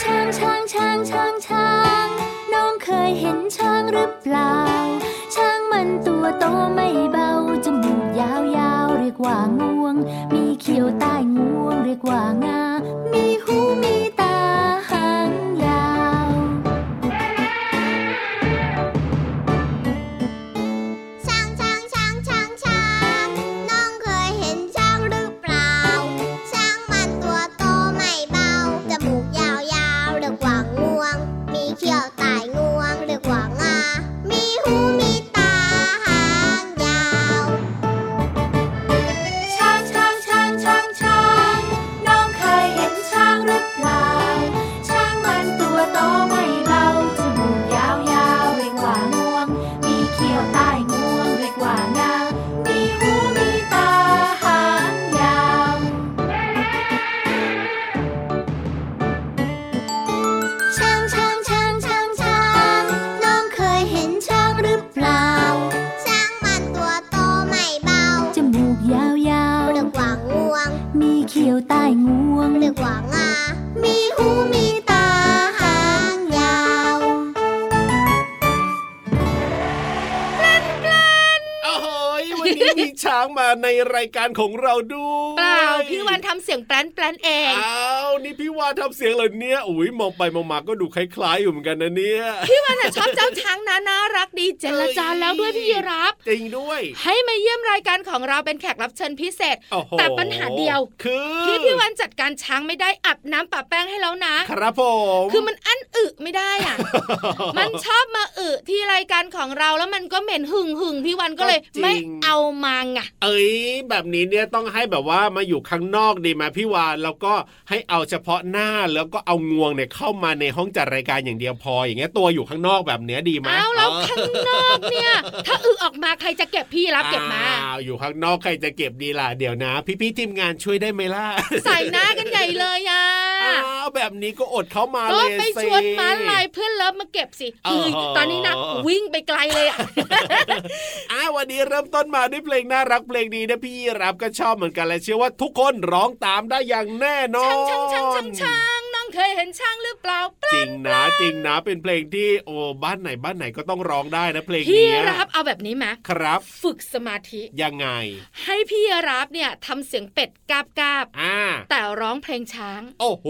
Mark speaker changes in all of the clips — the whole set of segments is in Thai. Speaker 1: ช้างช้างช้างช้างช้างน้องเคยเห็นช้างหรือเปล่า ช้างมันตัวโตไม่เบาจมูกยาวยาวๆเรียกว่างวง มีเขียวใต้งวงเรียกว่างา มีหูมีตาหางยาว
Speaker 2: ช้างช้างช้างช้างช้างน้องเคยเห็นช้างหรือเปล่า ช้างมันตัวโตไม่เบา จมูกยาวยาวๆเรียกว่างวง มีเขี้ยวตายงวงเรียกว่างา มีหูมีตาหางยาว
Speaker 1: ช้างช้างช้างช้างช้างน้องเคยเห็นช้างหรือเปล่า ช้างมันตัวโตไม่เบาจมูกยาวยาวๆเรียกว่างวง มีเขียวใต้งวงเรียกว่างา มีหูมีตาหางยาว ช้างช้างช้างช้างช้างน้องเคยเห็นช้างหรือเปล่า
Speaker 2: ช้างมันตัวโตไม่เบา
Speaker 1: จมูกยาว
Speaker 2: เรียก
Speaker 1: ๆ
Speaker 2: ว่างวง
Speaker 1: มีเขียวใต้งวง
Speaker 2: เรียกว่างา มีหูมีตาหางยาว
Speaker 3: โอ้โหยวันนี้มีช้างมาในรายการของเราด้วย
Speaker 4: เปล่าพี่วันทำเสียงแปลนแปลนเอง
Speaker 3: อ้าวนี่พี่วานทำเสียงเลยเนี่ยโอ้ยมองไปมองมาก็ดูคล้ายๆอยู่เหมือนกันนะเนี่ย
Speaker 4: พี่วันน่ะชอบเจ้าช้างนะน่ารักดีเจรจา
Speaker 3: เอ้ย
Speaker 4: แล้วด้วยพี่ยีรับ
Speaker 3: จริงด้วย
Speaker 4: ให้มาเยี่ยมรายการของเราเป็นแขกรับเชิญพิเศษ
Speaker 3: โอ้โ
Speaker 4: แต่ปัญหาเดียว
Speaker 3: คือ
Speaker 4: ที่พี่วันจัดการช้างไม่ได้อาบน้ำปะแป้งให้แล้วนะ
Speaker 3: ครับผม
Speaker 4: คือมันอั้นอึไม่ได้ อ่ะ มันชอบมาอึที่รายการของเราแล้วมันก็เหม็นหึ่งหึ่งพี่วันก็เลย ไม่เอามาไง
Speaker 3: เอ้ยแบบนี้เนี่ยต้องให้แบบว่ามาอยู่ข้างนอกดีไหมาพี่วานแล้วก็ให้เอาเฉพาะหน้าแล้วก็เอางวงเนี่ยเข้ามาในห้องจัดรายการอย่างเดียวพอ อย่างเงี้ยตัวอยู่ข้างนอกแบบเนี้ยดีไหม
Speaker 4: เอาแล้วข้างนอกเนี่ย ถ้าอึออกมาใครจะเก็บพี่รับเก็บมา
Speaker 3: อ้าวอยู่ข้างนอกใครจะเก็บดีล่ะเดี๋ยวนะ พี่พี่ๆทีมงานช่วยได้ไหมล่ะ
Speaker 4: ใส่หน้ากันใหญ่เลยอ่ะ
Speaker 3: อ้าวแบบนี้ก็อดเขามา
Speaker 4: ก็
Speaker 3: เลย
Speaker 4: ไป
Speaker 3: สิ
Speaker 4: ชวนม้าลายเพื่อนเลิฟมาเก็บสิ
Speaker 3: อ๋อ
Speaker 4: คือตอนนี้นะวิ่งไปไกลเลยอะ
Speaker 3: อ้าววันนี้เริ่มต้นมาด้วยเพลงน่ารักเพลงดีนะพี่รับก็ชอบเหมือนกันและเชื่อว่าทุกคนร้องตามได้อย่างแน่นอ
Speaker 4: ช่าง
Speaker 3: น
Speaker 4: ช่างช่างช่างช่างน้องเคยเห็นช่างหรือเปล่าป
Speaker 3: จ
Speaker 4: ลา
Speaker 3: ริงนะจริงนะเป็นเพลงที่โอ้บ้านไหนบ้านไหนก็ต้องร้องได้นะเพลง
Speaker 4: พี่
Speaker 3: เนี้ย
Speaker 4: รับเอาแบบนี้ไหม
Speaker 3: ครับ
Speaker 4: ฝึกสมาธิ
Speaker 3: ยังไง
Speaker 4: ให้พี่รับเนี่ยทำเสียงเป็ดกาบกาบ
Speaker 3: อ่า
Speaker 4: แต่ร้องเพลงช้าง
Speaker 3: โอ้โห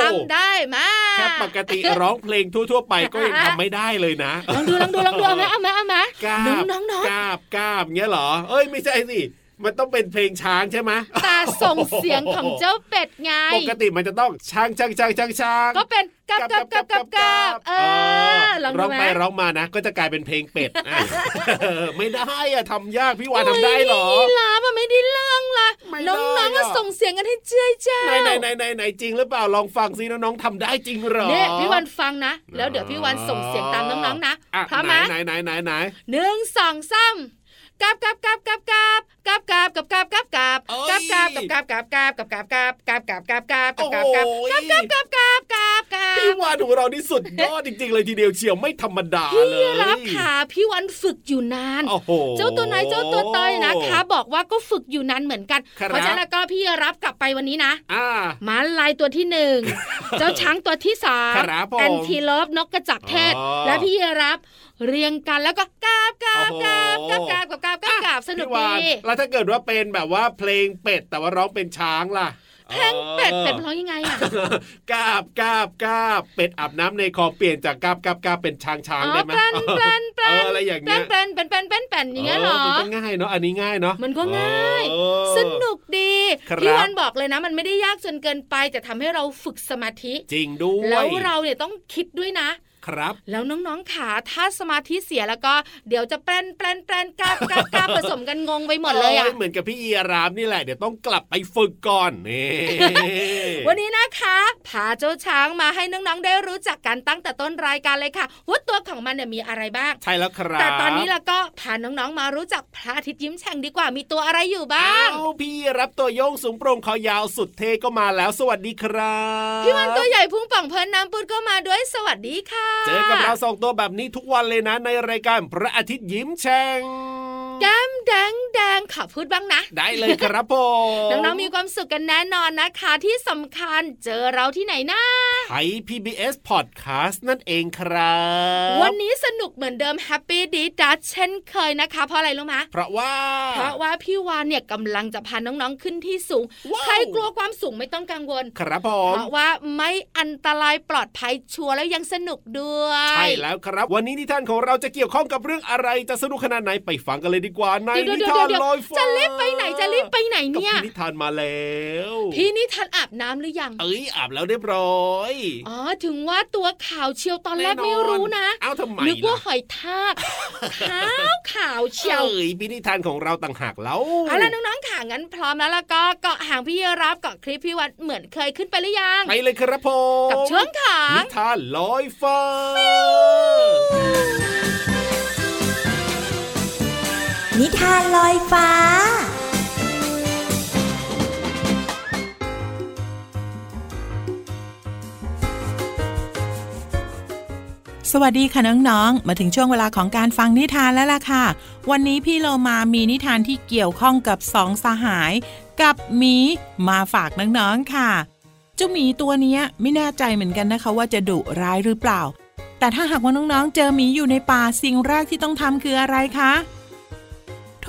Speaker 4: ทำได้ไหม
Speaker 3: แค่ปกติร้องเพลงทั่ว ๆ ไปก็ ยังทำไม่ได้เลยนะ
Speaker 4: ลองดูลองดูลองดูเอาไหมเอาไหมเอาไหม
Speaker 3: กรา
Speaker 4: น้
Speaker 3: บ
Speaker 4: องน้องน้อง
Speaker 3: กราบกราบเงี้ยเหรอ เอ้ยไม่ใช่สิ มันต้องเป็นเพลงช้างใช่ไหม
Speaker 4: แต่ส่งเสียงของเจ้าเป็ดไง
Speaker 3: ปกติมันจะต้องช้างช้างช้างช้างช้าง
Speaker 4: ก็เป็นกาบกาบกาบกาบกาบเออลอง
Speaker 3: ร้
Speaker 4: ดู
Speaker 3: อง
Speaker 4: ไหม
Speaker 3: ไปร้องมานะ ก็จะกลายเป็นเพลงเป็ ดอ่ะไม่ได้อะทำยากพี่วานทำได้เหรอ
Speaker 4: ไม่ได้ลาบอะไม่ได้เรื่องละ
Speaker 3: ไม่ได้
Speaker 4: น้องๆก็
Speaker 3: อะ
Speaker 4: ส่งเสียงกันให้เจ้ยเจ้า
Speaker 3: ไหนไหนไหนไหนไหนจริงหรือเปล่าลองฟังซิน้องๆทำได้จริงเหรอ
Speaker 4: เนี่ยพี่วันฟังนะ แล้วเดี๋ยวพี่วันส่งเสียงตามน้องๆนะ
Speaker 3: อ่
Speaker 4: พร้อมไหม
Speaker 3: ไหนไหนไหนไหน
Speaker 4: หนึ่งสองสามกับกับกับกับกับกับกับกับกับกับกับ
Speaker 3: เอ้ย
Speaker 4: กับกับกับกับกับกับกับกับกับกับกับกับ
Speaker 3: โอ้โห
Speaker 4: กับกับกับกับกับกับกับ
Speaker 3: พี่วานของเรานี่สุดยอดจริง ๆ เลยทีเดียวเชียวไม่ธรรมดา
Speaker 4: พี่
Speaker 3: เลย
Speaker 4: รับขาพี่วันฝึกอยู่นาน
Speaker 3: โอ้โห
Speaker 4: เจ้าตัวไหนเจ้าตัวเตยนะคะ บอกว่าก็ฝึกอยู่นานเหมือนกัน
Speaker 3: ครับ
Speaker 4: เพราะฉะนั้นแล้วก็พี่รับกลับไปวันนี้นะ
Speaker 3: อ่า
Speaker 4: ม้าลายตัวที่หนึ่ง เจ้าช้างตัวที่สาม
Speaker 3: ครับผม
Speaker 4: แอนทีลอฟนกกระจอกเทศ
Speaker 3: อ๋อ
Speaker 4: และพี่รับเรียงกันแล้วก็กราบกราบ
Speaker 3: โอ้
Speaker 4: กราบ
Speaker 3: โห
Speaker 4: กราบกราบกราบกราบกราบกราบสนุก
Speaker 3: พี่วา
Speaker 4: ดี
Speaker 3: นแล้วถ้าเกิดว่าเป็นแบบว่าเพลงเป็ด แต่ว่าร้องเป็นช้างล่ะ
Speaker 4: เพลงเป็ดเป็ด
Speaker 3: อ
Speaker 4: ร้องยังไงอ่ะ
Speaker 3: อกราบกราบกราบเป็ดอาบน้ำในคลองเปลี่ยนจากกราบกราบกราบเป็นช้างช้าง
Speaker 4: อ๋อ
Speaker 3: ได้ไหม
Speaker 4: แปลนแปลนแปลน
Speaker 3: เอออะไรอย่างเงี้ย
Speaker 4: แปลนแปลนแปลนแปลนแปลนอย่างเงี้ยเหรอ
Speaker 3: มันก็ง่ายเนาะอันนี้ง่ายเนาะ
Speaker 4: มันก็ง่าย
Speaker 3: เออ
Speaker 4: สนุกดี
Speaker 3: ครับ
Speaker 4: พี่วันบอกเลยนะ มันไม่ได้ยากจนเกินไปแต่ทำให้เราฝึกสมาธิ
Speaker 3: จริงด้วย
Speaker 4: แล้วเราเนี่ยต้องคิดด้วยนะ
Speaker 3: ครับ
Speaker 4: แล้วน้องๆขาถ้าสมาธิเสียแล้วก็เดี๋ยวจะแปลนแปลนแปลนกราบกราบกราบผสมกันงงไปหมดเลยอ่ะ
Speaker 3: โเหมือนกับพี่เอียรามนี่แหละเดี๋ยวต้องกลับไปฝึกก่อนนี่
Speaker 4: วันนี้นะคะพาเจ้าช้างมาให้น้องๆได้รู้จักกันตั้งแต่ต้นรายการเลยค่ะว่าตัวของมันเนี่ยมีอะไรบ้าง
Speaker 3: ใช่แล้วครับ
Speaker 4: แต่ตอนนี้แล้วก็พาน้องๆมารู้จักพระอาทิตย์ยิ้มแฉ่งดีกว่ามีตัวอะไรอยู่บ้าง
Speaker 3: เอ้พี่รับตัวโยงสูงโปร่งคอยาวสุดเท่ก็มาแล้วสวัสดีครับ
Speaker 4: พี่วันตัวใหญ่พุ่งป่องเพลินน้ำปุดก็มาด้วยสวัสดีค่ะ
Speaker 3: เจอกับเราสองตัวแบบนี้ทุกวันเลยนะ ในรายการพระอาทิตย์ยิ้มแฉ่ง
Speaker 4: แก้มแดงแดงขอพูดบ้างนะ
Speaker 3: ได้เลยครับผม
Speaker 4: น้องๆมีความสุขกันแน่นอนนะคะ ที่สำคัญเจอเราที่ไหนนะ
Speaker 3: ไทย PBS Podcast นั่นเองครับ
Speaker 4: วันนี้สนุกเหมือนเดิมแฮปปี้ดีดัชเช่นเคยนะคะ เพราะอะไรรู้มะ
Speaker 3: เพราะว่า
Speaker 4: เพราะว่าพี่วานเนี่ยกำลังจะพาน้องๆขึ้นที่สูง
Speaker 3: ว้าว
Speaker 4: ใครกลัวความสูงไม่ต้องกังวล
Speaker 3: ครับผม
Speaker 4: เพราะว่าไม่อันตรายปลอดภัยชัวร์แล้วยังสนุกด้วย
Speaker 3: ใช่แล้วครับ วันนี้นิทานของเราจะเกี่ยวข้องกับเรื่องอะไรจะสนุกขนาดไหนไปฟังกันเลยดีกว่าใน
Speaker 4: เดี๋ยว
Speaker 3: นิทาน
Speaker 4: เดี๋ยว
Speaker 3: ลอยฟ้า
Speaker 4: จะรีบไปไหนจะรีบไปไหน
Speaker 3: กับ
Speaker 4: เนี่ย
Speaker 3: พี่นิทานมาแล้ว
Speaker 4: พี่นี่ทันอาบน้ำหรือยัง
Speaker 3: เอ้ยอาบแล้วเรียบร้อย
Speaker 4: อ๋อ ถึงว่าตัวขาวเชียวตอนแรกไม่รู้นะ
Speaker 3: เอ้าทำไม
Speaker 4: นึกว่า
Speaker 3: ล่ะ
Speaker 4: หอยทาก ขาวขาวเชียว
Speaker 3: เอ้ยพี่นิทานของเราต่างหากแล้ว
Speaker 4: เอาล่ะน้องๆค่ะงั้นพร้อมแล้วแล้วก็เกาะหางพี่ยีรับเกาะคลิปพี่วันเหมือนเคยขึ้นไปหรือยัง
Speaker 3: ไปเลยครับผม
Speaker 4: กับเชื่องขาง
Speaker 3: นิทานลอยฟ้า
Speaker 5: นิทานลอยฟ้า
Speaker 6: สวัสดีค่ะน้องๆ มาถึงช่วงเวลาของการฟังนิทานแล้วล่ะค่ะ วันนี้พี่เรามามีนิทานที่เกี่ยวข้องกับสองสหาย กับหมีมาฝากน้องๆ ค่ะเจ้าหมีตัวเนี้ยไม่แน่ใจเหมือนกันนะคะ ว่าจะดุร้ายหรือเปล่า แต่ถ้าหากว่าน้องๆ เจอหมีอยู่ในป่าสิ่งแรกที่ต้องทำคืออะไรคะ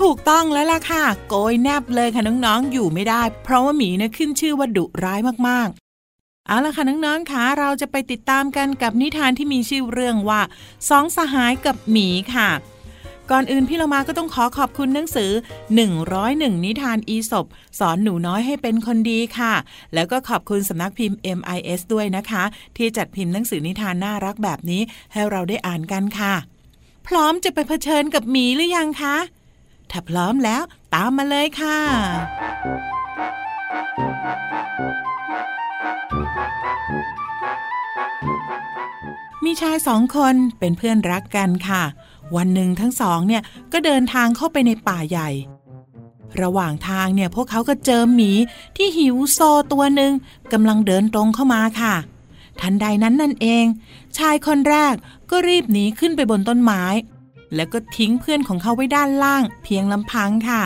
Speaker 6: ถูกต้องแล้วล่ะค่ะ โกยแนบเลยค่ะน้องๆ อยู่ไม่ได้ เพราะว่าหมีเนี่ยขึ้นชื่อว่าดุร้ายมากๆ เอาละค่ะน้องๆค่ะเราจะไปติดตามกันกับนิทานที่มีชื่อเรื่องว่าสองสหายกับหมีค่ะ ก่อนอื่นพี่เรามาก็ต้องขอขอบคุณหนังสือ 101 นิทานอีสบสอนหนูน้อยให้เป็นคนดีค่ะ แล้วก็ขอบคุณสำนักพิมพ์ MIS ด้วยนะคะ ที่จัดพิมพ์หนังสือนิทานน่ารักแบบนี้ให้เราได้อ่านกันค่ะ พร้อมจะไปเผชิญกับหมีหรือยังคะถ้าพร้อมแล้วตามมาเลยค่ะ มีชายสองคนเป็นเพื่อนรักกันค่ะ วันหนึ่งทั้งสองเนี่ยก็เดินทางเข้าไปในป่าใหญ่ ระหว่างทางเนี่ยพวกเขาก็เจอหมีที่หิวโซตัวหนึ่งกำลังเดินตรงเข้ามาค่ะ ทันใดนั้นนั่นเอง ชายคนแรกก็รีบหนีขึ้นไปบนต้นไม้ แล้วก็ทิ้งเพื่อนของเขาไว้ด้านล่าง เพียงลำพังค่ะ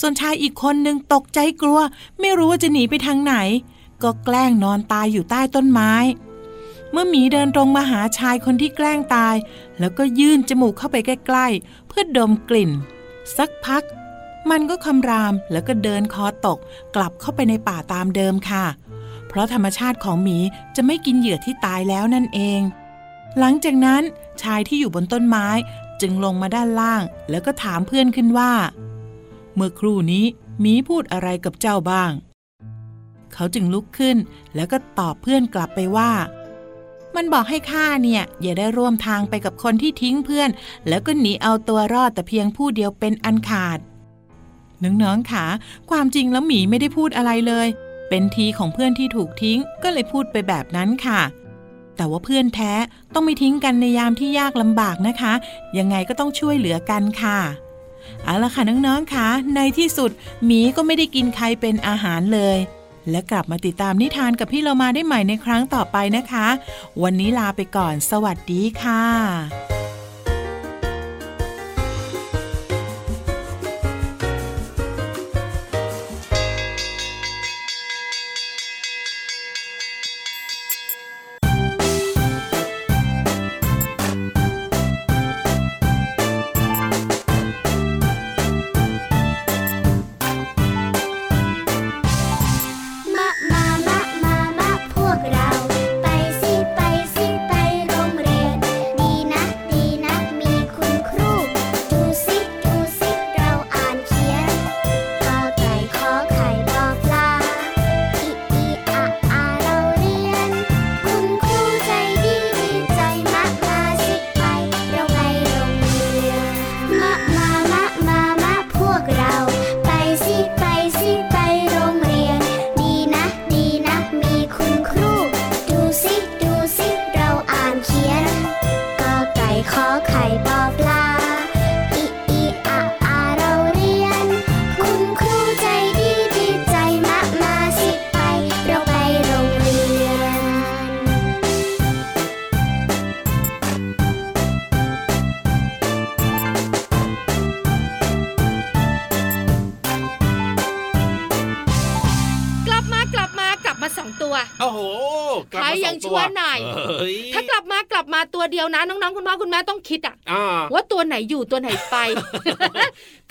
Speaker 6: ส่วนชายอีกคนหนึ่งตกใจกลัว ไม่รู้ว่าจะหนีไปทางไหน ก็แกล้งนอนตายอยู่ใต้ต้นไม้ เมื่อหมีเดินตรงมาหาชายคนที่แกล้งตาย แล้วก็ยื่นจมูกเข้าไปใกล้ๆ เพื่อดมกลิ่น สักพัก มันก็คำรามแล้วก็เดินคอตก กลับเข้าไปในป่าตามเดิมค่ะ เพราะธรรมชาติของหมีจะไม่กินเหยื่อที่ตายแล้วนั่นเอง หลังจากนั้นชายที่อยู่บนต้นไม้จึงลงมาด้านล่าง แล้วก็ถามเพื่อนขึ้นว่า เมื่อครู่นี้หมีพูดอะไรกับเจ้าบ้าง เขาจึงลุกขึ้น แล้วก็ตอบเพื่อนกลับไปว่า มันบอกให้ข้าเนี่ย อย่าได้ร่วมทางไปกับคนที่ทิ้งเพื่อน แล้วก็หนีเอาตัวรอดแต่เพียงผู้เดียวเป็นอันขาด น้องๆค่ะความจริงแล้วหมีไม่ได้พูดอะไรเลย เป็นทีของเพื่อนที่ถูกทิ้งก็เลยพูดไปแบบนั้นค่ะ แต่ว่าเพื่อนแท้ต้องไม่ทิ้งกันในยามที่ยากลำบากนะคะ ยังไงก็ต้องช่วยเหลือกันค่ะเอาละค่ะน้องๆค่ะในที่สุดหมีก็ไม่ได้กินใครเป็นอาหารเลย และกลับมาติดตามนิทานกับพี่เรามาได้ใหม่ในครั้งต่อไปนะคะ วันนี้ลาไปก่อน สวัสดีค่ะ
Speaker 2: มะมามะมามะพวกเรา ไปสิไปสิไปโรงเรียน ดีนะ ดี
Speaker 3: ส
Speaker 4: ยั
Speaker 3: องงตั
Speaker 4: ชั่วหน่อย
Speaker 3: เฮ้ย
Speaker 4: ถ้ากลับมากลับมาตัวเดียวนะ น้องๆคุณพ่อคุณแม่ต้องคิดอะ
Speaker 3: อ่า
Speaker 4: ว่าตัวไหนอยู่ตัวไหน ไป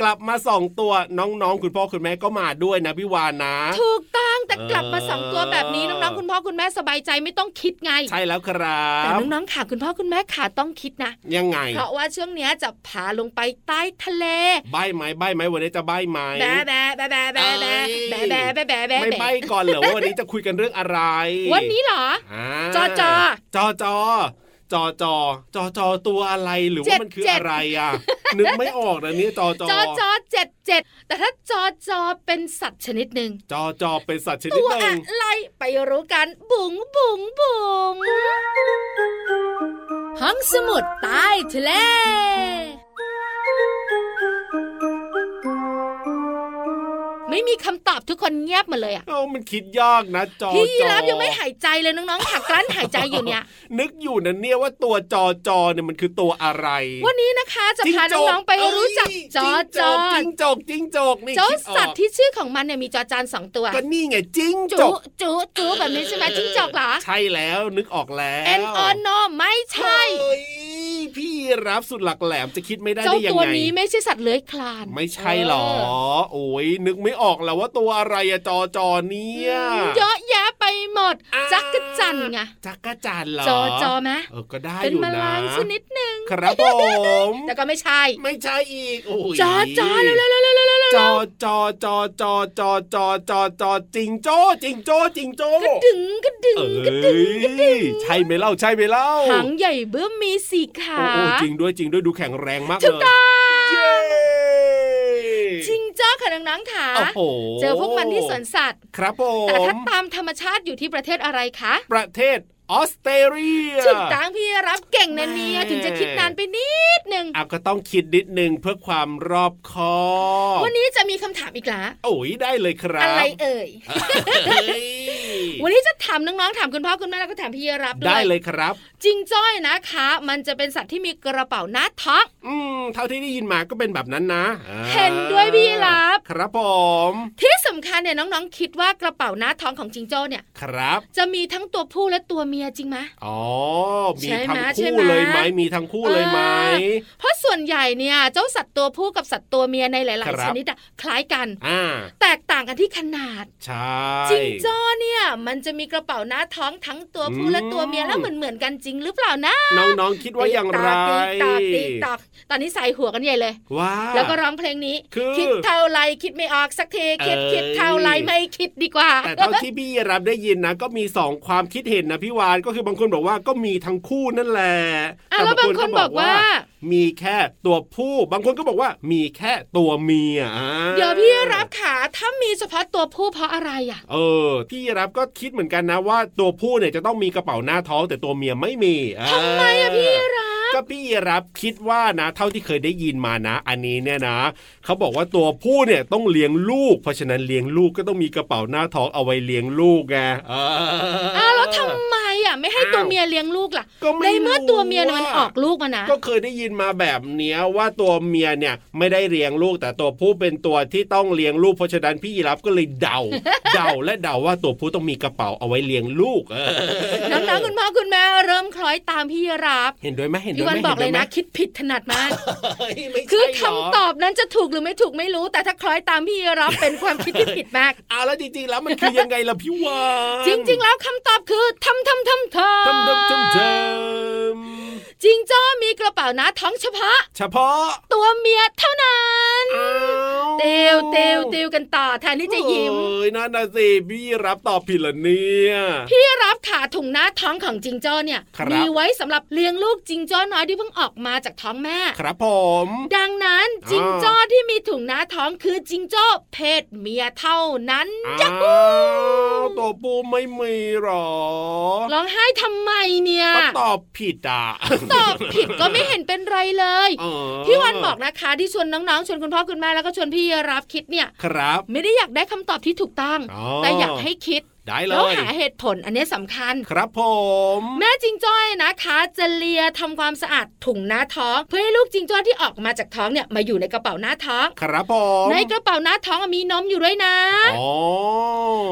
Speaker 3: กลับมาสองตัวน้องๆ คุณพ่อคุณแม่ก็มาด้วยนะพี่วานนะ
Speaker 4: ถูกต้องแต่
Speaker 3: เออ
Speaker 4: กลับมาสองตัวแบบนี้น้องๆคุณพ่อคุณแม่สบายใจไม่ต้องคิดไง
Speaker 3: ใช่แล้วครั
Speaker 4: แต่
Speaker 3: บ
Speaker 4: น้องๆค่ะคุณพ่อคุณแม่ค่ะต้องคิดนะ
Speaker 3: ยังไง
Speaker 4: เพราะว่าช่วงเนี้ยจะพาลงไปใต้ทะเล
Speaker 3: ใบไหมใบไหมวันนี้จะใบไหม
Speaker 4: แบะแบะแบะแบะแบะแบะ
Speaker 3: เอ้
Speaker 4: แบะ
Speaker 3: ย
Speaker 4: แบะแบะแบะแบะ
Speaker 3: ไม่ใบ
Speaker 4: แบะ
Speaker 3: ก่อนเหรอว่าวันนี้จะคุยกันเรื่องอะไร
Speaker 4: วันนี้เหรอ
Speaker 3: อ่า
Speaker 4: จอจอ
Speaker 3: จอจอจอจอจอจอตัวอะไรหรือว่ามันคืออะไรอ่ะ นึกไม่ออกนะเนี่ยจอจอ
Speaker 4: จอจอเจ็ดเจ็ดแต่ถ้าจอจอเป็นสัตว์ชนิดหนึ่ง
Speaker 3: จอจอเป็นสัตว์ชนิ
Speaker 4: ตั
Speaker 3: ด
Speaker 4: ว
Speaker 3: หนึ่
Speaker 4: อะ
Speaker 3: ง
Speaker 4: ไรไปรู้กัน บุ๋งบุ๋งบุ๋งห้องสมุดใต้ทะเล ไม่มีคำตอบทุกคนเงียบหมาเลยอะ
Speaker 3: เอ้ามันคิดยากนะจอ
Speaker 4: พี่
Speaker 3: จ
Speaker 4: ยี
Speaker 3: อ
Speaker 4: รับยังไม่หายใจเลยน้องๆหักกลั้นหายใจอยู่เนี่ย
Speaker 3: นึกอยู่นะเนี่ยว่าตัวจอจอเนี่ยมันคือตัวอะไร
Speaker 4: วันนี้นะคะจะพา
Speaker 3: จิ้จก
Speaker 4: น้องๆไปรู้จัก
Speaker 3: เย
Speaker 4: จอจอ
Speaker 3: จิ้งจกจิ้งจกนี่
Speaker 4: เจ้า
Speaker 3: คิดออก
Speaker 4: สัตว์ที่ชื่อของมันเนี่ยมีจอจานสองตัว
Speaker 3: ก็นี่ไงจิ้งจ
Speaker 4: จู
Speaker 3: ก
Speaker 4: จูจูแบบนี้ใช่ไหมจิ้งจอกเหรอ
Speaker 3: ใช่แล้วนึกออกแล้ว
Speaker 4: เอ็นออนโนไม่ใช่
Speaker 3: เฮ้ยพี่รับสุดหลักแหลมจะคิดไม่ได้
Speaker 4: เจ้า
Speaker 3: ได้ยัง
Speaker 4: ตัว
Speaker 3: ไง
Speaker 4: นี้ไม่ใช่สัตว์เลื้อยคลาน
Speaker 3: ไม่ใช่หรอ โอ้ยนึกไม่ออกแล้วว่าตัวอะไรอะจอจอเนี่ย
Speaker 4: เออเยอะแยะไปหมด
Speaker 3: อ่า
Speaker 4: จักรจันทร์ไง
Speaker 3: จักรจันทร์เหรอ
Speaker 4: จอจอไหม
Speaker 3: เออก็ได้
Speaker 4: เป็น
Speaker 3: อยู่
Speaker 4: แม
Speaker 3: นะ
Speaker 4: ลงชนิดหนึ่ง
Speaker 3: ครับผม
Speaker 4: แต่ก็ไม่ใช่
Speaker 3: ไม่ใช่อีกโอ้ย
Speaker 4: จอจอเร็วเร็วเร็วเร็วเร็ว
Speaker 3: จ
Speaker 4: เร็
Speaker 3: อ
Speaker 4: ว
Speaker 3: จอจอจอจอจอจอจอจิงโจ้จิงโจ้จิงโจ้
Speaker 4: กระดึงกระดึง
Speaker 3: เอก
Speaker 4: ระดึงกระดึ
Speaker 3: ้
Speaker 4: ง
Speaker 3: ยใช่ไหมเล่าใช่ไหมเล่า
Speaker 4: หางใหญ่เบื้อมีสีขา
Speaker 3: โอ้โหจริงด้วยจริงด้วยดูแข็งแรงมาก
Speaker 4: ถูก
Speaker 3: เลย
Speaker 4: ต้อง
Speaker 3: เย้
Speaker 4: จิงจ้อค่ะน้องๆขา
Speaker 3: โอ้โห
Speaker 4: เจอพวกมันที่สวนสัตว์
Speaker 3: ครับผ
Speaker 4: แต่ถ้าม ตามธรรมชาติอยู่ที่ประเทศอะไรคะ
Speaker 3: ประเทศออสเตรเลีย
Speaker 4: ถูกต้องพี่รับเก่งนะเนี่ย
Speaker 3: แม่
Speaker 4: ถึงจะคิดนานไปนิดนึง
Speaker 3: อ่ะก็ต้องคิดนิดนึงเพื่อความรอบคอบ
Speaker 4: วันนี้จะมีคำถามอีกละ
Speaker 3: โอ้ยได้เลยครับ
Speaker 4: อะไรเอ่ย
Speaker 3: เฮ้ย
Speaker 4: วันนี้จะถามน้องๆถามคุณพ่อคุณแม่แล้วก็ถามพี่รับด้
Speaker 3: ได้
Speaker 4: วย
Speaker 3: เลยครับ
Speaker 4: จิงจ้อยนะคะ มันจะเป็นสัตว์ที่มีกระเป๋าหน้าท้อง
Speaker 3: อืมเท่าที่ได้ยินมาก็เป็นแบบนั้นนะอ่า
Speaker 4: เห็นด้วยพี่รับ
Speaker 3: ครับผม
Speaker 4: ที่สำคัญเนี่ยน้องๆ คิดว่ากระเป๋าหน้าท้องของจิงโจ้เนี่ย
Speaker 3: ครับ
Speaker 4: จะมีทั้งตัวผู้และตัวเมียจริงไหม
Speaker 3: อ๋อ มี
Speaker 4: ใช่ไหม
Speaker 3: ทั้ง
Speaker 4: ใช่
Speaker 3: คู่
Speaker 4: ไหม
Speaker 3: เลยไหมมีทั้งคู่เลยไหม
Speaker 4: ออเพราะส่วนใหญ่เนี่ยเจ้าสัตว์ตัวผู้กับสัตว์ตัวเมียในหลาย
Speaker 3: ค
Speaker 4: ๆ
Speaker 3: รั
Speaker 4: ช
Speaker 3: บ
Speaker 4: นิดอะคล้ายกัน
Speaker 3: อ่า
Speaker 4: แตกต่างกันที่ขนาด
Speaker 3: ใช่
Speaker 4: จิงโจ้เนี่ยมันจะมีกระเป๋าหน้าท้องทั้งตัวผู้และตัวเมียแล้วเหมือนเหมือนๆกันจริงหรือเปล่านะ
Speaker 3: น้องๆ คิดว่าอย่างไร
Speaker 4: ติ๊กตอกติ๊กตอกตอนนี้ใส่หัวกันใหญ่เลย
Speaker 3: ว้า
Speaker 4: แล้วก็ร้องเพลงนี้
Speaker 3: คือ
Speaker 4: คิดเท่าไรคิดไม่ออกสักทีคิด
Speaker 3: เอ้ย
Speaker 4: คิดเท่าไรไม่คิดดีกว่า
Speaker 3: แต่เท่าที่พี่รับได้ยินนะ ก็มีสองความคิดเห็นนะพี่วานก็คือบางคนบอกว่าก็มีทั้งคู่นั่นแหละ
Speaker 4: อ่ะแล้วบางคนบอกว่า
Speaker 3: มีแค่ตัวผู้ บางคนก็บอกว่ามีแค่ตัวเมียอ่า
Speaker 4: เดี๋ยวพี่รับขาถ้ามีเฉพาะตัวผู้เพราะอะไรอ่ะ
Speaker 3: เออพี่รับก็คิดเหมือนกันนะว่าตัวผู้เนี่ยจะต้องมีกระเป๋าหน้าท้องแต่ตัวเมียไม่มี
Speaker 4: ทำไมอะพี่รับ
Speaker 3: ก็พี่รับคิดว่านะ เท่าที่เคยได้ยินมานะ อันนี้เนี่ยนะเขาบอกว่าตัวผู้เนี่ยต้องเลี้ยงลูก เพราะฉะนั้นเลี้ยงลูกก็ต้องมีกระเป๋าหน้าท้องเอาไว้เลี้ยงลูกไงเอออ
Speaker 4: อ้าวแล้วทำไมอ่ะไม่ให้
Speaker 3: อ้าว
Speaker 4: ตัวเมียเลี้ยงลูกล่ะ
Speaker 3: ก็ไม่
Speaker 4: ในเมื่อตัวเมียเนี่ย
Speaker 3: รู้
Speaker 4: มัน
Speaker 3: อะ
Speaker 4: ออกลูกมานะ
Speaker 3: ก็เคยได้ยินมาแบบเนี้ยว่าตัวเมียเนี่ยไม่ได้เลี้ยงลูกแต่ตัวผู้เป็นตัวที่ต้องเลี้ยงลูกเพราะฉะนั้นพี่รับก็เลย เดา เดาและเดาว่าตัวผู้ต้องมีกระเป๋าเอาไว้เลี้ยงลูกเออ
Speaker 4: น้องๆคุณพ่อคุณแม่เริ่มคล้อยตามพี่รับ
Speaker 3: เห็นด้วยไหมเห็นด้
Speaker 4: พี่
Speaker 3: วยไหม
Speaker 4: วันบอก
Speaker 3: ห็
Speaker 4: เลย
Speaker 3: ด้วไหม
Speaker 4: นะ คิดผิดถนัดมาก
Speaker 3: เฮ้ยไม่ใช่
Speaker 4: คือ
Speaker 3: เหร
Speaker 4: คำตอบนั้นจะถูกหรือไม่ถูกไม่รู้ แต่ถ้าคล้อยตามพี่รับเป็นความคิดที่ผิดมาก
Speaker 3: เอาแล้วจริงๆแล้วมันคือยังไงล่ะพี่วาน
Speaker 4: จริง ๆ แล้วคำตอบคือทำทำทำท
Speaker 3: ทำทำทำ
Speaker 4: ำ
Speaker 3: ท
Speaker 4: จริงจ้อมีกระเป๋าหนาท้องเฉพาะ
Speaker 3: ำเฉพาะ
Speaker 4: ตัวเมียเท่านั้น
Speaker 3: อ้าว
Speaker 4: เตียวเตียวเตียวกันต่อแทนที่จะยิ้ม
Speaker 3: เอ้ยนั่นน่ะสิพี่รับตอบผิดเหรอเนี่ย
Speaker 4: พี่รับขาถุงหน้าท้องของจิงจ้อเนี่ย
Speaker 3: ครับ
Speaker 4: มีไว้สำหรับเลี้ยงลูกจิงจ้อน้อยที่เพิ่งออกมาจากท้องแม่
Speaker 3: ครับผม
Speaker 4: ดังนั้น
Speaker 3: อ่า
Speaker 4: จิงจ้อที่มีถุงหน้าท้องคือจิงจ้อเพศเมียเท่านั้น
Speaker 3: อ้าวตัวปูไม่มีหรอ
Speaker 4: ร้องไห้ทำไมเนี่ย
Speaker 3: ก็ตอบผิดอ่ะ
Speaker 4: ตอบผิดก็ไม่เห็นเป็นไรเลย
Speaker 3: เออ
Speaker 4: พี่วันบอกนะคะที่ชวนน้องๆชวนคุณพ่อคุณแม่แล้วก็ชวนพี่รับคิดเนี่ย
Speaker 3: ครับ
Speaker 4: ไม่ได้อยากได้คำตอบที่ถูกต้อง
Speaker 3: อ๋อ
Speaker 4: แต่อยากให้คิด
Speaker 3: ได้เล
Speaker 4: แล้ว
Speaker 3: ย
Speaker 4: หาเหตุผลอันนี้สำคัญ
Speaker 3: ครับผม
Speaker 4: แม่จิงจ้อยนะคะ จะเลียทำความสะอาดถุงหน้าท้อง เพื่อให้ลูกจิงจ้อยที่ออกมาจากท้องเนี่ยมาอยู่ในกระเป๋าหน้าท้อง
Speaker 3: ครับผม
Speaker 4: ในกระเป๋าหน้าท้องมีนมอยู่ด้วยนะ
Speaker 3: อ๋อ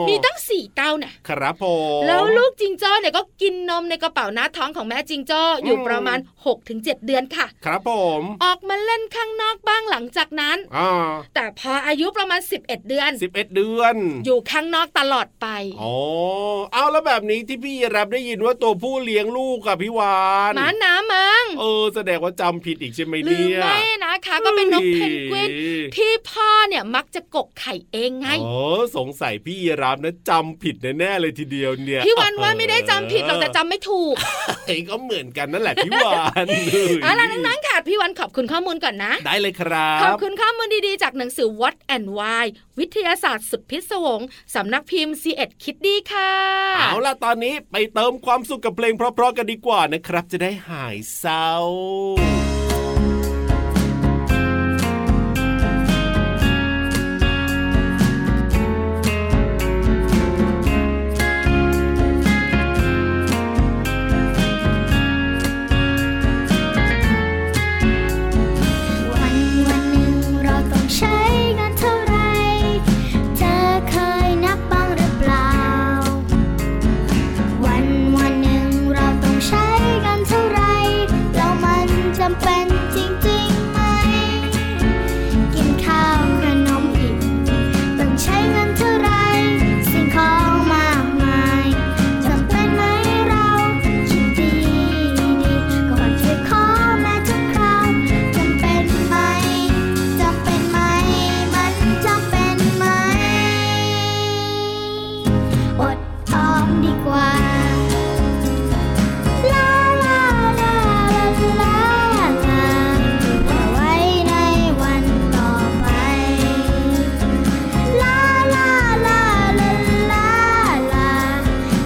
Speaker 4: มีตั้งสี่เต้าน่ะ
Speaker 3: ครับผม
Speaker 4: แล้วลูกจิงจ้อเนี่ยก็กินนมในกระเป๋าหน้าท้องของแม่จิงจ้ออยู่ประมาณ 6-7 เดือนค่ะ
Speaker 3: ครับผม
Speaker 4: ออกมาเล่นข้างนอกบ้างหลังจากนั้น
Speaker 3: อ่า
Speaker 4: แต่พออายุประมาณ 11 เดือน
Speaker 3: สิบเอ็ดเดือน
Speaker 4: อยู่ข้างนอกตลอดไป
Speaker 3: อ๋อเอาแล้วแบบนี้ที่พี่รับได้ยินว่าตัวผู้เลี้ยงลูกกับพี่วาน
Speaker 4: หมาน้ำมัง
Speaker 3: เออ แสดงว่าจำผิดอีกใช่ไหม
Speaker 4: ลืม
Speaker 3: เนี่ย
Speaker 4: ไม่นะคะ ก็เป็นนกเพนกวิน
Speaker 3: ฮ้ย
Speaker 4: ที่พ่อเนี่ยมักจะกกไข่เองไง
Speaker 3: โอ้สงสัยพี่รับนะจำผิดแน่ๆเลยทีเดียวเนี่ย
Speaker 4: พี่วันว่าไม่ได้จำผิดหรอกแต่จำไม่ถูก
Speaker 3: เอ้ยก็เหมือนกันนั่นแหละพี่วาน
Speaker 4: เอาล่ะน้องๆค่ะ พี่วันขอบคุณข้อมูลก่อนนะ
Speaker 3: ได้เลยครั
Speaker 4: ขอบบ คุณข้อมูลดีๆ จากหนังสือ What and Why วิทยาศาสตร์สุดพิศวงสำนักพิมพ์ c ีเอ็ดคิดดีค่ะ
Speaker 3: เอาล่ะ ตอนนี้ไปเติมความสุขกับเพลงเพราะๆกันดีกว่านะครับ จะได้หายเศร้า
Speaker 2: วันวันหนึ่งเราต้องใช้เงินเท่าไร เธอเคยนับบ้างหรือเปล่า วันวันหนึ่งเราต้องใช้เงินเท่าไร แล้วมันจำเป็นจริงๆไหม กินข้าวขนมอีก ต้องใช้เงินเท่าไร สิ่งของมากมายจำเป็นไหมเราคิดดีดีๆก่อนจะขอแม่ทุกคราวจำเป็นไหมจำเป็นไหม มันจำเป็นไหม อดออมดีกว่า ลาลาลาลาลาลาเอาไว้ในวันต่อไป ลาลาลาลาลาลา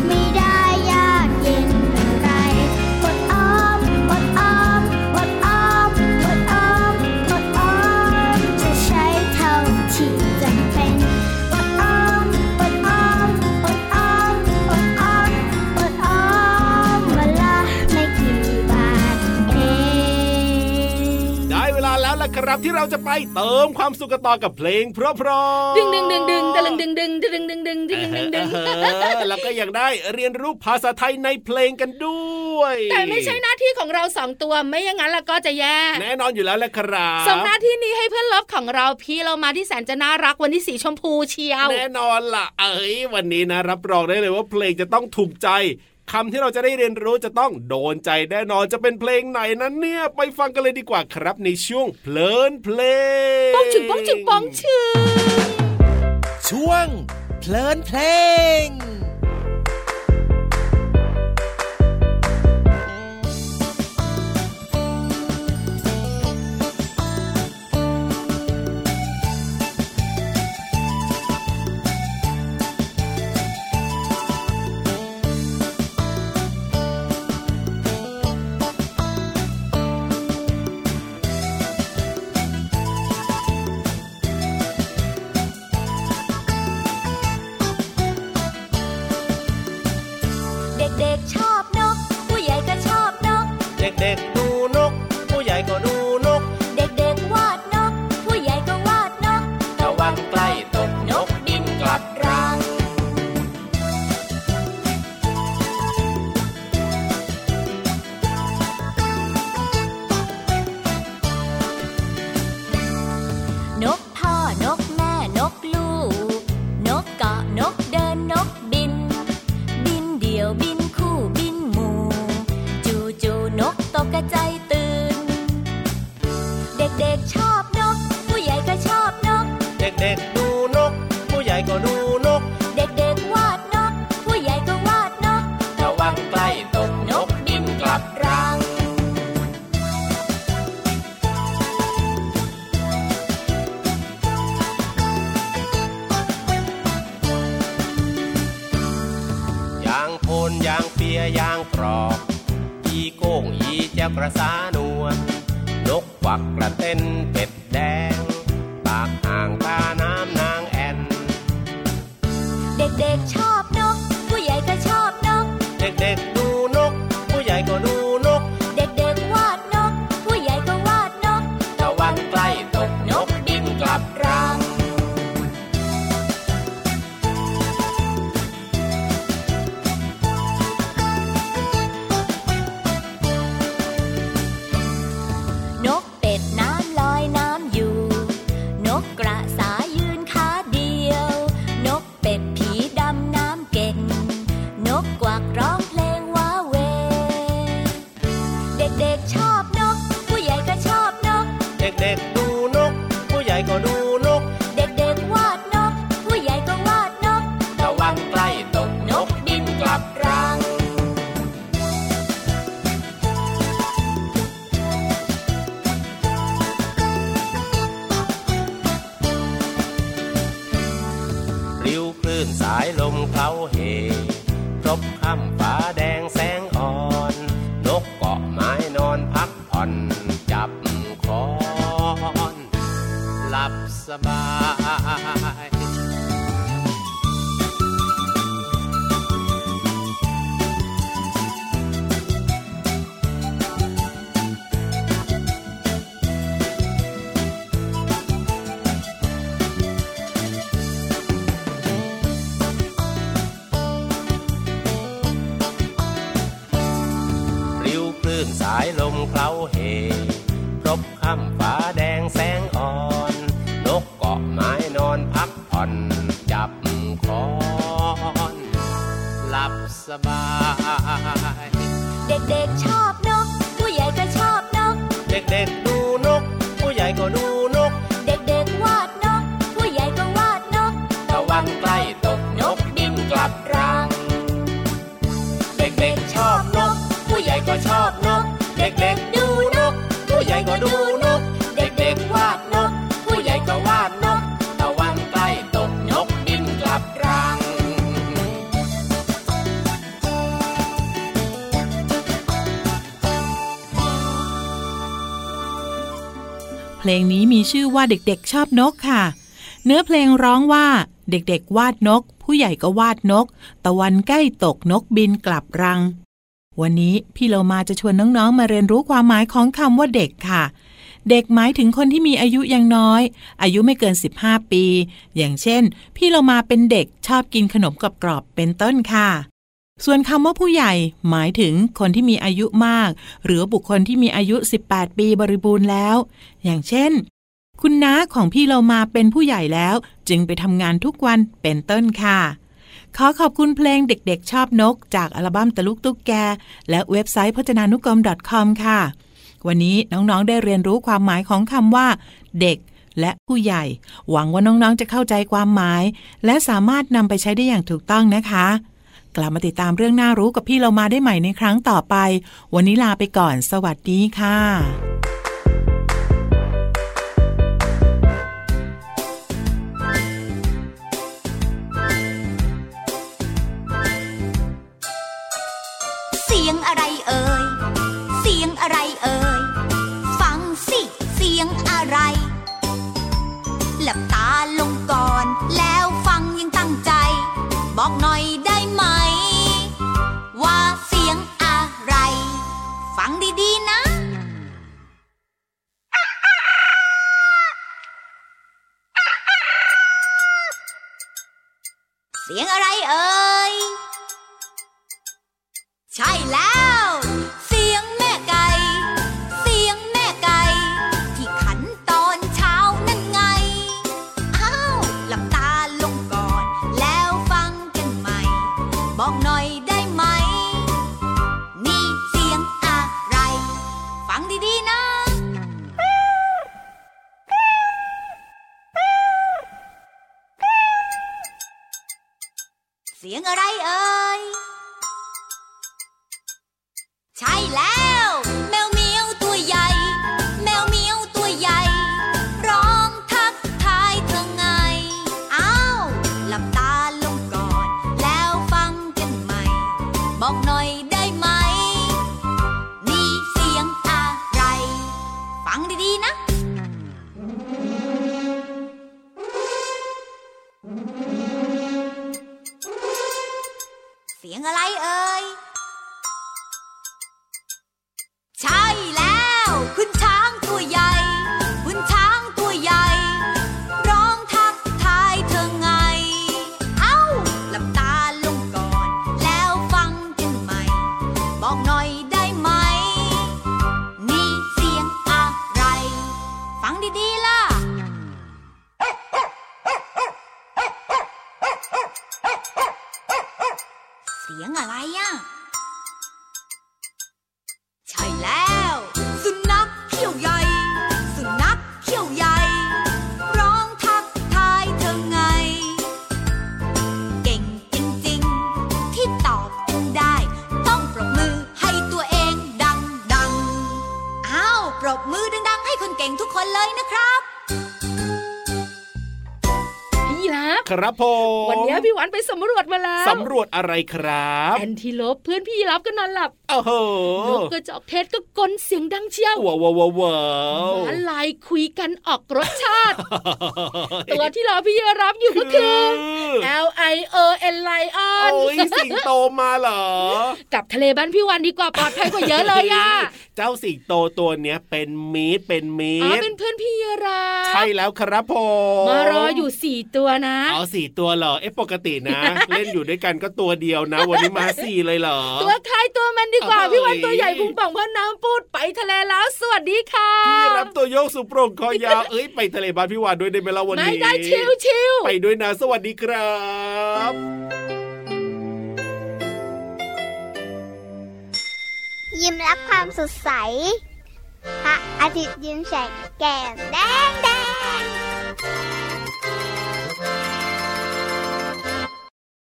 Speaker 2: ไม่ได้ยากเย็นอะไรอดออมอดออมอดออมอดออมอดออมจะใช้เท่าที่จำเป็นอดออมอดออมอดออมอดออมอดออมวันละไม่กี่บาทเอง
Speaker 3: ได้เวลาแล้วล่ะครับที่เราจะไปเติมความสุขกันต่อกับเพลงเพราะๆ
Speaker 4: ดึงดึงดึงดึงตะลึงดึงดึงตะลึงดึงดึงดึงดึงดึง
Speaker 3: เออแล้วก็ยังได้เรียนรู้ภาษาไทยในเพลงกันด้วย
Speaker 4: แต่ไม่ใช่หน้าที่ของเราสองตัวไม่อย่างนั้นแล้วก็จะแย่
Speaker 3: แน่นอนอยู่แล้วแหละครับ
Speaker 4: ส่งหน้าที่นี้ให้เพื่อนลบของเราพี่เรามาที่แสนจะน่ารักวันนี้สีชมพูเชียว
Speaker 3: แน่นอนล่ะ เอ้ยวันนี้นะรับรองได้เลยว่าเพลงจะต้องถูกใจคำที่เราจะได้เรียนรู้จะต้องโดนใจแน่นอนจะเป็นเพลงไหนนั้นเนี่ยไปฟังกันเลยดีกว่าครับในช่วงเพลินเพลง
Speaker 4: ป้องชึงป้องชึงป้องชึง
Speaker 7: ช่วงเพลินเพลง
Speaker 2: เด็กๆชอบนก ผู้ใหญ่ก็ชอบนก
Speaker 7: เด็กๆดูนก ผู้ใหญ่ก็ดูนก
Speaker 2: เด็กๆวาดนก ผู้ใหญ่ก็วาดนก
Speaker 7: ระวังใกล้ตกนกบินกลับรัง
Speaker 2: นกพ่อนกแม่นกลูก นกเกาะนกเดินนกบิน บินเดี่ยวบินคู่บินหมู่ จูจูๆนกตกกระใจายตื่น เด็กๆชอบนก ผู้ใหญ่ก็ชอบนก
Speaker 7: เด็กๆดูนก ผู้ใหญ่ก็ดูนก
Speaker 2: เด็กๆวาดนก ผู้ใหญ่ก็วาดนก
Speaker 7: ระวังใกล้ตกนกบินกลับรัง ยางโพนยางเปียยางกรอกอีโก้งอีแจ้วกระสาหนวลนกควักกระเต้นเป็ดแดง ปากอ่างตาน้ำนางแอน
Speaker 2: เด็กๆชอบนก
Speaker 7: ามฟ้าแดงแสงอ่อน นกเกาะไม้นอนพักผ่อน จับคอน หลับสบาย ริ้วคลื่นสายลมเคล้าเหพรบค่ำฟ้าแดงแสงอ่อน นกเกาะไม้นอนพักผ่อน จับคอน หลับสบาย
Speaker 1: เด็กๆชอบนก ผู้ใหญ่ก็ชอบนก
Speaker 7: เด็กๆดูนก ผู้ใหญ่ก็ดูนก
Speaker 1: เด็กๆวาดนก ผู้ใหญ่ก็วาดนก
Speaker 7: ตะวันใกล้ตกนกบินกลับรัง เด็กๆชอบนก ผู้ใหญ่ก็ชอบนก เด็กๆดูนก ผู้ใหญ่ก็ดูนก เด็กๆวาดนก ผู้ใหญ่ก็วาดนก ตะวันใกล้ตกนกบินกลับรัง
Speaker 6: เพลงนี้มีชื่อว่าเด็กๆ ชอบนกค่ะ เนื้อเพลงร้องว่า เด็กๆ วาดนก ผู้ใหญ่ก็วาดนก ตะวันใกล้ตกนกบินกลับรัง วันนี้พี่เรามาจะชวนน้องๆ มาเรียนรู้ความหมายของคำว่าเด็กค่ะ เด็กหมายถึงคนที่มีอายุยังน้อย อายุไม่เกิน 15 ปี อย่างเช่น พี่เรามาเป็นเด็กชอบกินขนมกรอบๆเป็นต้นค่ะ ส่วนคำว่าผู้ใหญ่หมายถึงคนที่มีอายุมาก หรือบุคคลที่มีอายุ 18 ปีบริบูรณ์แล้ว อย่างเช่น คุณน้าของพี่เรามาเป็นผู้ใหญ่แล้ว จึงไปทำงานทุกวันเป็นต้นค่ะ ขอขอบคุณเพลงเด็กๆ ชอบนก จากอัลบั้มตะลุกตุ๊กแก และเว็บไซต์พจนานุกรม .com ค่ะ วันนี้น้องๆได้เรียนรู้ความหมายของคำว่า เด็ก และผู้ใหญ่ หวังว่าน้องๆจะเข้าใจความหมาย และสามารถนำไปใช้ได้อย่างถูกต้องนะคะ กลับมาติดตามเรื่องน่ารู้กับพี่เรามาได้ใหม่ในครั้งต่อไป วันนี้ลาไปก่อน สวัสดีค่ะ
Speaker 8: เสียงอะไรเอ่ย เสียงอะไรเอ่ย ฟังสิ เสียงอะไร หลับตาลงก่อน แล้วฟังอยังตั้งใจ บอกหน่อยได้ไหม ว่าเสียงอะไร ฟังดีๆนะ เสียงอะไรเอ่ย ใช่แล้ว เสียงแม่ไก่ เสียงแม่ไก่ ที่ขันตอนเช้านั่นไง อ้าวหลับตาลงก่อน แล้วฟังกันใหม่ บอกหน่อยได้ไหม นี่เสียงอะไร ฟังดีๆนะ เสียงอะไรเอ่ย ใช่แล้ว แมวเหมียวตัวใหญ่ แมวเหมียวตัวใหญ่ ร้องทักทายเธอไง อ้าวหลับตาลงก่อน แล้วฟังกันใหม่ บอกหน่อยได้ไหม นี่เสียงอะไร ฟังดีๆนะ เสียงอะไรเอ่ย ใช่แล้ว คุณช้างตัวใหญ่ คุณช้างตัวใหญ่ ร้องทักทายเธอไง เอ้าหลับตาลงก่อน แล้วฟังกันใหม่ บอกหน่อยได้ไหม นี่เสียงอะไร ฟังดีๆล่ะ เสียงอะไรอ่ะ ใช่แล้ว สุนัขเขี้ยวใหญ่ สุนัขเขี้ยวใหญ่ ร้องทักทายเธอไง เก่งจริงๆ ที่ตอบจนได้ ต้องปรบมือให้ตัวเองดังๆ อ้าว ปรบมือดังๆ ให้คนเก่งทุกคนเลยนะครับ
Speaker 4: พี่ยีรับ
Speaker 3: ครับผม
Speaker 4: วันนี้พี่วันไปสำรวจมาแล้ว
Speaker 3: สำรวจอะไรครับ
Speaker 4: แอนทิโลปเพื่อนพี่รับก็นอนหลับ
Speaker 3: โอ้โห
Speaker 4: นกกระจอกเทศก็กลนเสียงดังเชียว
Speaker 3: ว้าวว้าวว้า
Speaker 4: ห
Speaker 3: ว
Speaker 4: มาลายคุยกันออกรสชาติ ตัวที่รอพี่รับอยู่ก็คือ L I O N Lion
Speaker 3: โอ้ยสิงโตมาเหรอ
Speaker 4: กลับทะเลบ้านพี่วันดีกว่าปลอดภัยกว่าเยอะเลยอ่ะ
Speaker 3: เจ้าสิงโตตัวเนี้ยเป็นมีดเป็นมี
Speaker 4: อ๋อ
Speaker 3: ด
Speaker 4: เป็นเพื่อนพี่รับ
Speaker 3: ใช่แล้วครับผม
Speaker 4: มารออยู่สี่ตัวนะ
Speaker 3: เอาสี่ตัวเหรอเอ๊ะปกตินะ เล่นอยู่ด้วยกันก็ตัวเดียวนะ วันนี้มาสี่เลยเหรอ
Speaker 4: ตัวใครตัวมันดีกว่า
Speaker 3: เอ้ย
Speaker 4: พี่วันตัวใหญ่พุงป่องพ่อน้ำปูดไปทะเลแล้วสวัสดีค่ะ
Speaker 3: พี่รับตัวโยกสุโปร่งคอยาวเอ้ยไปทะเลบ้านพี่วานด้วยได้ไหมล่ะวัน
Speaker 4: ไม่
Speaker 3: นี้
Speaker 4: ได้ชิวชิว
Speaker 3: ไปด้วยนะสวัสดีครับ
Speaker 2: ยิ้มรับความสดใส พระอาทิตย์ยิ้มแฉกแก้มแดงแ